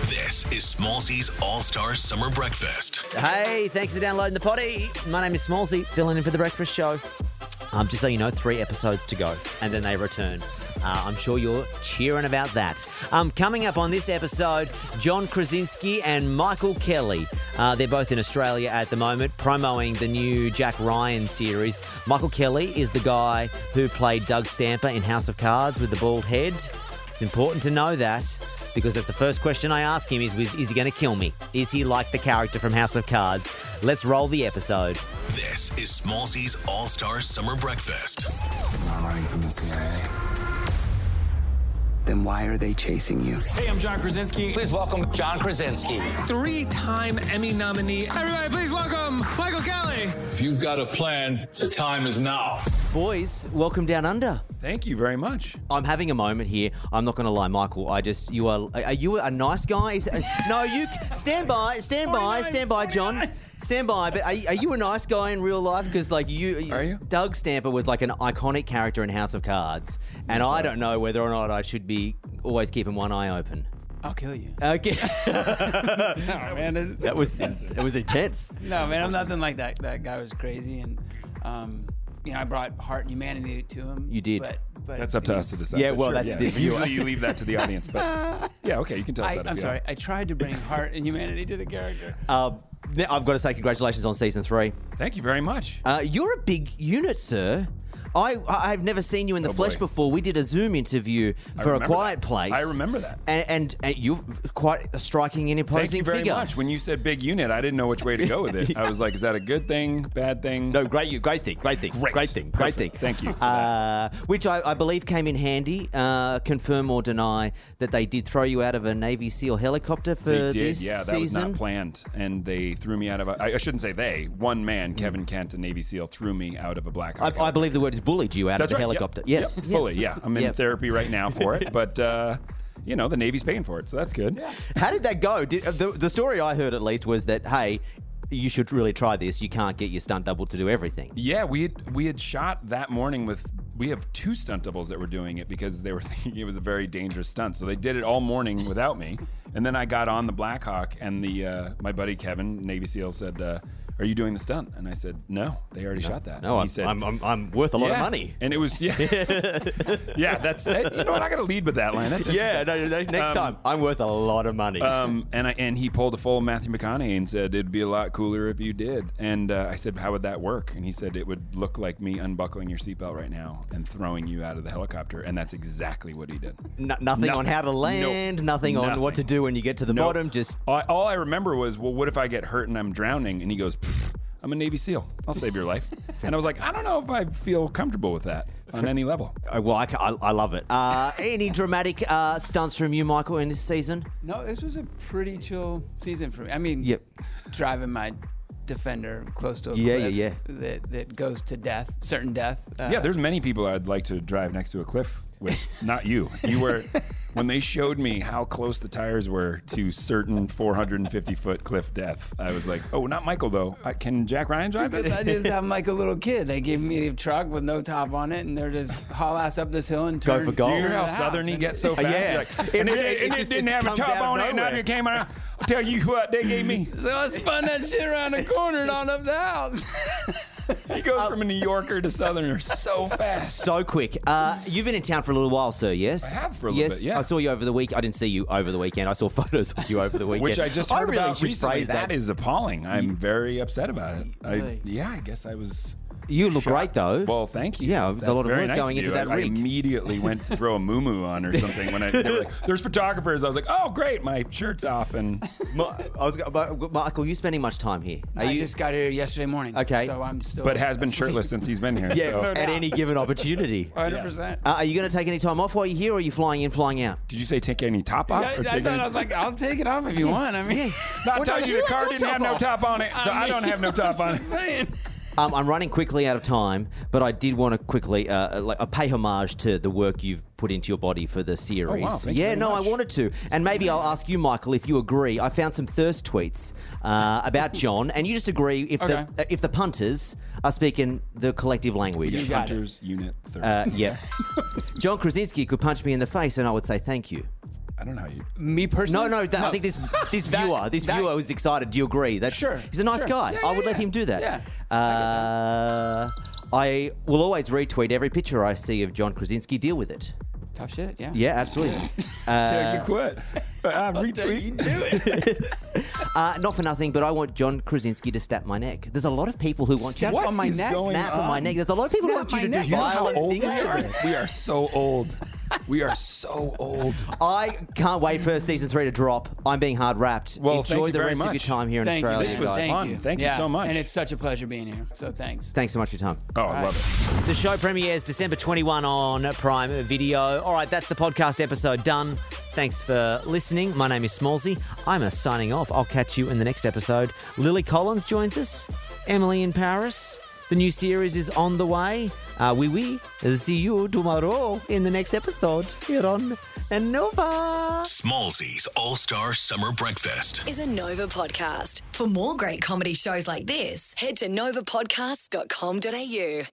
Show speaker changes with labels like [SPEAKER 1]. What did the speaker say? [SPEAKER 1] This is Smallsy's All Star Summer Breakfast.
[SPEAKER 2] Hey, thanks for downloading the potty. My name is Smallsy, filling in for the breakfast show. Um, just so you know, three episodes to go, and then they return. Uh, I'm sure you're cheering about that. Um, coming up on this episode, John Krasinski and Michael Kelly. Uh, they're both in Australia at the moment, promoting the new Jack Ryan series. Michael Kelly is the guy who played Doug Stamper in House of Cards with the bald head. It's important to know that because that's the first question I ask him is, was, is he going to kill me? Is he like the character from House of Cards? Let's roll the episode.
[SPEAKER 1] This is Smallsy's All Star Summer Breakfast.
[SPEAKER 3] not running from the CIA. Then why are they chasing you?
[SPEAKER 4] Hey, I'm John Krasinski.
[SPEAKER 5] Please welcome John Krasinski.
[SPEAKER 4] Three time Emmy nominee. Everybody, please welcome Michael Kelly.
[SPEAKER 6] If you've got a plan, the time is now.
[SPEAKER 2] Boys, welcome down under.
[SPEAKER 4] Thank you very much.
[SPEAKER 2] I'm having a moment here. I'm not going to lie, Michael. I just you are are you a nice guy? Is- uh, no, you stand by, stand by, stand by, John. Stand by, but are, are you a nice guy in real life? Because like you,
[SPEAKER 4] Are you?
[SPEAKER 2] Doug Stamper was like an iconic character in House of Cards, and I don't know whether or not I should be always keeping one eye open.
[SPEAKER 7] I'll kill you.
[SPEAKER 2] Okay,
[SPEAKER 7] No, man, this-
[SPEAKER 2] that was that was intense.
[SPEAKER 7] no, man, I'm nothing like that. That guy was crazy, and um, you know, I brought heart and humanity to him.
[SPEAKER 2] You did.
[SPEAKER 7] But, but
[SPEAKER 8] That's up to us to decide.
[SPEAKER 2] Yeah,
[SPEAKER 8] but
[SPEAKER 2] well, that's the-
[SPEAKER 8] usually you leave that to the audience, but yeah, okay, you can tell us
[SPEAKER 7] I,
[SPEAKER 8] that. if
[SPEAKER 7] I'm
[SPEAKER 8] you
[SPEAKER 7] sorry.
[SPEAKER 8] like.
[SPEAKER 7] I tried to bring heart and humanity to the character.
[SPEAKER 2] Uh, I've got to say congratulations on season three.
[SPEAKER 4] Thank you very much.
[SPEAKER 2] Uh, you're a big unit, sir. I I- I've never seen you in the
[SPEAKER 8] Oh,
[SPEAKER 2] flesh
[SPEAKER 8] boy.
[SPEAKER 2] before. We did a Zoom interview for a
[SPEAKER 8] remember
[SPEAKER 2] quiet
[SPEAKER 8] that.
[SPEAKER 2] place.
[SPEAKER 8] I remember that.
[SPEAKER 2] And, and, and you're quite a striking and imposing
[SPEAKER 8] Thank you very
[SPEAKER 2] figure.
[SPEAKER 8] much. When you said big unit, I didn't know which way to go with it. I was like, is that a good thing, bad thing?
[SPEAKER 2] No, great, you, great thing, great thing, great,
[SPEAKER 8] Great.
[SPEAKER 2] thing,
[SPEAKER 8] Perfect.
[SPEAKER 2] great thing.
[SPEAKER 8] Thank you for
[SPEAKER 2] Uh, which I, I believe came in handy. Uh, confirm or deny that they did throw you out of a Navy SEAL helicopter for
[SPEAKER 8] They did,
[SPEAKER 2] this
[SPEAKER 8] yeah. That was
[SPEAKER 2] season.
[SPEAKER 8] not planned, and they threw me out of. A, I, I shouldn't say they. One man, Kevin Kent, a Navy SEAL, threw me out of a black. Hawk
[SPEAKER 2] I, I believe the word is bullied you out
[SPEAKER 8] That's
[SPEAKER 2] of the
[SPEAKER 8] right.
[SPEAKER 2] helicopter.
[SPEAKER 8] Yep.
[SPEAKER 2] Yeah,
[SPEAKER 8] Yep. fully. Yeah, I'm in
[SPEAKER 2] Yep.
[SPEAKER 8] therapy right now for it, but uh, you know the Navy's paying for it, so that's good.
[SPEAKER 2] How did that go? Did, uh, the, the story I heard, at least, was that hey, you should really try this. You can't get your stunt double to do everything.
[SPEAKER 8] Yeah, we had we had shot that morning with we have two stunt doubles that were doing it because they were thinking it was a very dangerous stunt. So they did it all morning without me, and then I got on the Blackhawk, and the uh, my buddy Kevin Navy SEAL said, uh, "Are you doing the stunt?" And I said, "No, they already shot that."
[SPEAKER 2] No,
[SPEAKER 8] And
[SPEAKER 2] I'm,
[SPEAKER 8] said,
[SPEAKER 2] I'm, I'm, I'm worth a lot of
[SPEAKER 8] "Yeah."
[SPEAKER 2] money.
[SPEAKER 8] And it was yeah, yeah. That's that, you know what I got to lead with that line. That's
[SPEAKER 2] Yeah, no, no, next time I'm worth a lot of money.
[SPEAKER 8] um, and I and he pulled a full Matthew McConaughey and said it'd be a lot cooler if you did. And uh, I said, how would that work? And he said it would look like me unbuckling your seatbelt right now and throwing you out of the helicopter. And that's exactly what he did.
[SPEAKER 2] N- nothing, on how to
[SPEAKER 8] Nope.
[SPEAKER 2] land, nothing on what to
[SPEAKER 8] Nothing.
[SPEAKER 2] do when you get to the
[SPEAKER 8] Nope.
[SPEAKER 2] bottom. Just
[SPEAKER 8] all, all I remember was, well, what if I get hurt and I'm drowning? And he goes, "Pfft, I'm a Navy SEAL. I'll save your life. and I was like, I don't know if I feel comfortable with that on any level.
[SPEAKER 2] oh, well, I, ca- I, I love it. Uh, any dramatic uh, stunts from you, Michael, in this season?
[SPEAKER 7] No, this was a pretty chill season for me. I mean,
[SPEAKER 2] Yep.
[SPEAKER 7] driving my defender close to a
[SPEAKER 2] Yeah, yeah,
[SPEAKER 7] cliff
[SPEAKER 2] yeah.
[SPEAKER 7] that that goes to death, certain death. Uh,
[SPEAKER 8] Yeah, there's many people I'd like to drive next to a cliff with. Not you. You were when they showed me how close the tires were to certain 450 foot cliff death. I was like, oh, not Michael though. I, can Jack Ryan drive
[SPEAKER 7] Because I
[SPEAKER 8] that?
[SPEAKER 7] just I'm like a little kid. They gave me a truck with no top on it, and they're just haul ass up this hill and
[SPEAKER 2] Go
[SPEAKER 7] turn.
[SPEAKER 2] for gold.
[SPEAKER 8] Do you
[SPEAKER 7] turn to
[SPEAKER 8] hear how
[SPEAKER 7] the house.
[SPEAKER 8] southern he
[SPEAKER 7] And-
[SPEAKER 8] gets so fast?
[SPEAKER 2] Yeah.
[SPEAKER 8] You're Like, and it,
[SPEAKER 2] It
[SPEAKER 8] and it
[SPEAKER 2] just-
[SPEAKER 8] didn't
[SPEAKER 2] it
[SPEAKER 8] have a
[SPEAKER 2] comes
[SPEAKER 8] top
[SPEAKER 2] out of
[SPEAKER 8] on it, and
[SPEAKER 2] nowhere.
[SPEAKER 8] it came around. I'll tell you what, they gave me.
[SPEAKER 7] So I spun that shit around the corner and on up the house.
[SPEAKER 8] He goes from a New Yorker to Southerner so fast.
[SPEAKER 2] So quick. Uh, you've been in town for a little while, sir. Yes,
[SPEAKER 8] I have for a little
[SPEAKER 2] yes?
[SPEAKER 8] bit, yeah.
[SPEAKER 2] I saw you over the week. I didn't see you over the weekend. I saw photos of you over the weekend,
[SPEAKER 8] Which I just heard
[SPEAKER 2] really
[SPEAKER 8] about
[SPEAKER 2] should
[SPEAKER 8] recently.
[SPEAKER 2] phrase
[SPEAKER 8] That is appalling. I'm very upset about it. I,
[SPEAKER 7] Really?
[SPEAKER 8] yeah, I guess I was.
[SPEAKER 2] You look
[SPEAKER 8] Shot.
[SPEAKER 2] great though.
[SPEAKER 8] Well, thank you.
[SPEAKER 2] Yeah, it was a
[SPEAKER 8] That's
[SPEAKER 2] lot of
[SPEAKER 8] very
[SPEAKER 2] work
[SPEAKER 8] nice
[SPEAKER 2] going
[SPEAKER 8] of
[SPEAKER 2] into
[SPEAKER 8] you.
[SPEAKER 2] that
[SPEAKER 8] I, I
[SPEAKER 2] rig.
[SPEAKER 8] immediately went to throw a moo on or something when I they were like, "There's photographers." I was like, "Oh, great, my shirt's off." And
[SPEAKER 2] Ma- I was, go- but- but Michael, you spending much time here? Are
[SPEAKER 7] I
[SPEAKER 2] you?
[SPEAKER 7] just got here yesterday morning.
[SPEAKER 2] Okay.
[SPEAKER 7] So I'm still.
[SPEAKER 8] but has been
[SPEAKER 7] asleep.
[SPEAKER 8] shirtless since he's been here.
[SPEAKER 2] yeah,
[SPEAKER 8] so-
[SPEAKER 2] at any given opportunity. Uh,
[SPEAKER 7] 100%.
[SPEAKER 2] are you going to take any time off while you're here, or are you flying in, flying out?
[SPEAKER 8] Did you say take any top off?
[SPEAKER 7] I,
[SPEAKER 8] or
[SPEAKER 7] I
[SPEAKER 8] take
[SPEAKER 7] thought
[SPEAKER 8] any-
[SPEAKER 7] I was like, I'll take it off if you want. I mean,
[SPEAKER 8] No, I
[SPEAKER 2] Well,
[SPEAKER 8] told
[SPEAKER 2] no,
[SPEAKER 8] you,
[SPEAKER 2] you
[SPEAKER 8] the car
[SPEAKER 2] have no
[SPEAKER 8] didn't have
[SPEAKER 2] top
[SPEAKER 8] no
[SPEAKER 2] off.
[SPEAKER 8] top on it, so I, don't have no top on it.
[SPEAKER 7] saying.
[SPEAKER 2] Um, I'm running quickly out of time, but I did want to quickly uh, like uh, pay homage to the work you've put into your body for the series.
[SPEAKER 8] thank you
[SPEAKER 2] yeah,
[SPEAKER 8] very
[SPEAKER 2] no,
[SPEAKER 8] much.
[SPEAKER 2] I wanted to, and maybe I'll ask you, Michael, if you agree. I found some thirst tweets uh, about John, and you just agree if
[SPEAKER 7] Okay.
[SPEAKER 2] the uh, if the punters are speaking the collective language.
[SPEAKER 7] You got it.
[SPEAKER 8] Hunters unit third.
[SPEAKER 2] Uh, yeah. John Krasinski could punch me in the face, and I would say thank you.
[SPEAKER 8] I don't know how you.
[SPEAKER 7] Me
[SPEAKER 2] No,
[SPEAKER 7] personally?
[SPEAKER 2] no, that, I think this this viewer, this
[SPEAKER 7] that-
[SPEAKER 2] viewer was excited. Do you agree? That
[SPEAKER 7] Sure,
[SPEAKER 2] he's a nice
[SPEAKER 7] sure.
[SPEAKER 2] guy.
[SPEAKER 7] Yeah,
[SPEAKER 2] I
[SPEAKER 7] yeah,
[SPEAKER 2] would let
[SPEAKER 7] yeah.
[SPEAKER 2] him do that.
[SPEAKER 7] Yeah,
[SPEAKER 2] Uh, I will always retweet every picture I see of John Krasinski. Deal with it.
[SPEAKER 7] Tough shit, yeah.
[SPEAKER 2] Yeah, absolutely.
[SPEAKER 8] Take a quit. Uh, retweet.
[SPEAKER 2] Uh, not for nothing, but I want John Krasinski to snap my neck. There's a lot of people who want
[SPEAKER 7] Step
[SPEAKER 2] you to
[SPEAKER 7] on my
[SPEAKER 8] is
[SPEAKER 7] neck.
[SPEAKER 8] going
[SPEAKER 2] snap
[SPEAKER 8] on?
[SPEAKER 2] on my neck. There's a lot of people who
[SPEAKER 7] Snap
[SPEAKER 2] want you
[SPEAKER 7] my
[SPEAKER 2] to
[SPEAKER 7] neck.
[SPEAKER 2] do
[SPEAKER 7] You know how
[SPEAKER 2] violent things to me.
[SPEAKER 8] we are so old. We are so old.
[SPEAKER 2] I can't wait for season three to drop. I'm being hard wrapped.
[SPEAKER 8] Well,
[SPEAKER 2] Enjoy
[SPEAKER 8] thank you
[SPEAKER 2] the
[SPEAKER 8] very
[SPEAKER 2] rest of your
[SPEAKER 8] much.
[SPEAKER 2] time here in
[SPEAKER 7] Thank you.
[SPEAKER 2] Australia.
[SPEAKER 7] man.
[SPEAKER 8] This was
[SPEAKER 2] guys.
[SPEAKER 7] Thank
[SPEAKER 8] fun.
[SPEAKER 7] you.
[SPEAKER 8] Thank you
[SPEAKER 7] Yeah,
[SPEAKER 8] so much.
[SPEAKER 7] And it's such a pleasure being here. So thanks.
[SPEAKER 2] Thanks so much for your time.
[SPEAKER 8] Oh, I love it.
[SPEAKER 2] The show premieres December 21 on Prime Video. All right, that's the podcast episode done. Thanks for listening. My name is Smallsy. I'm a signing off. I'll catch you in the next episode. Lily Collins joins us, Emily in Paris. The new series is on the way. Uh, we will see you tomorrow in the next episode here on Nova.
[SPEAKER 1] Smallsy's All Star Summer Breakfast.
[SPEAKER 9] is a Nova podcast. For more great comedy shows like this, head to novapodcast.com.au.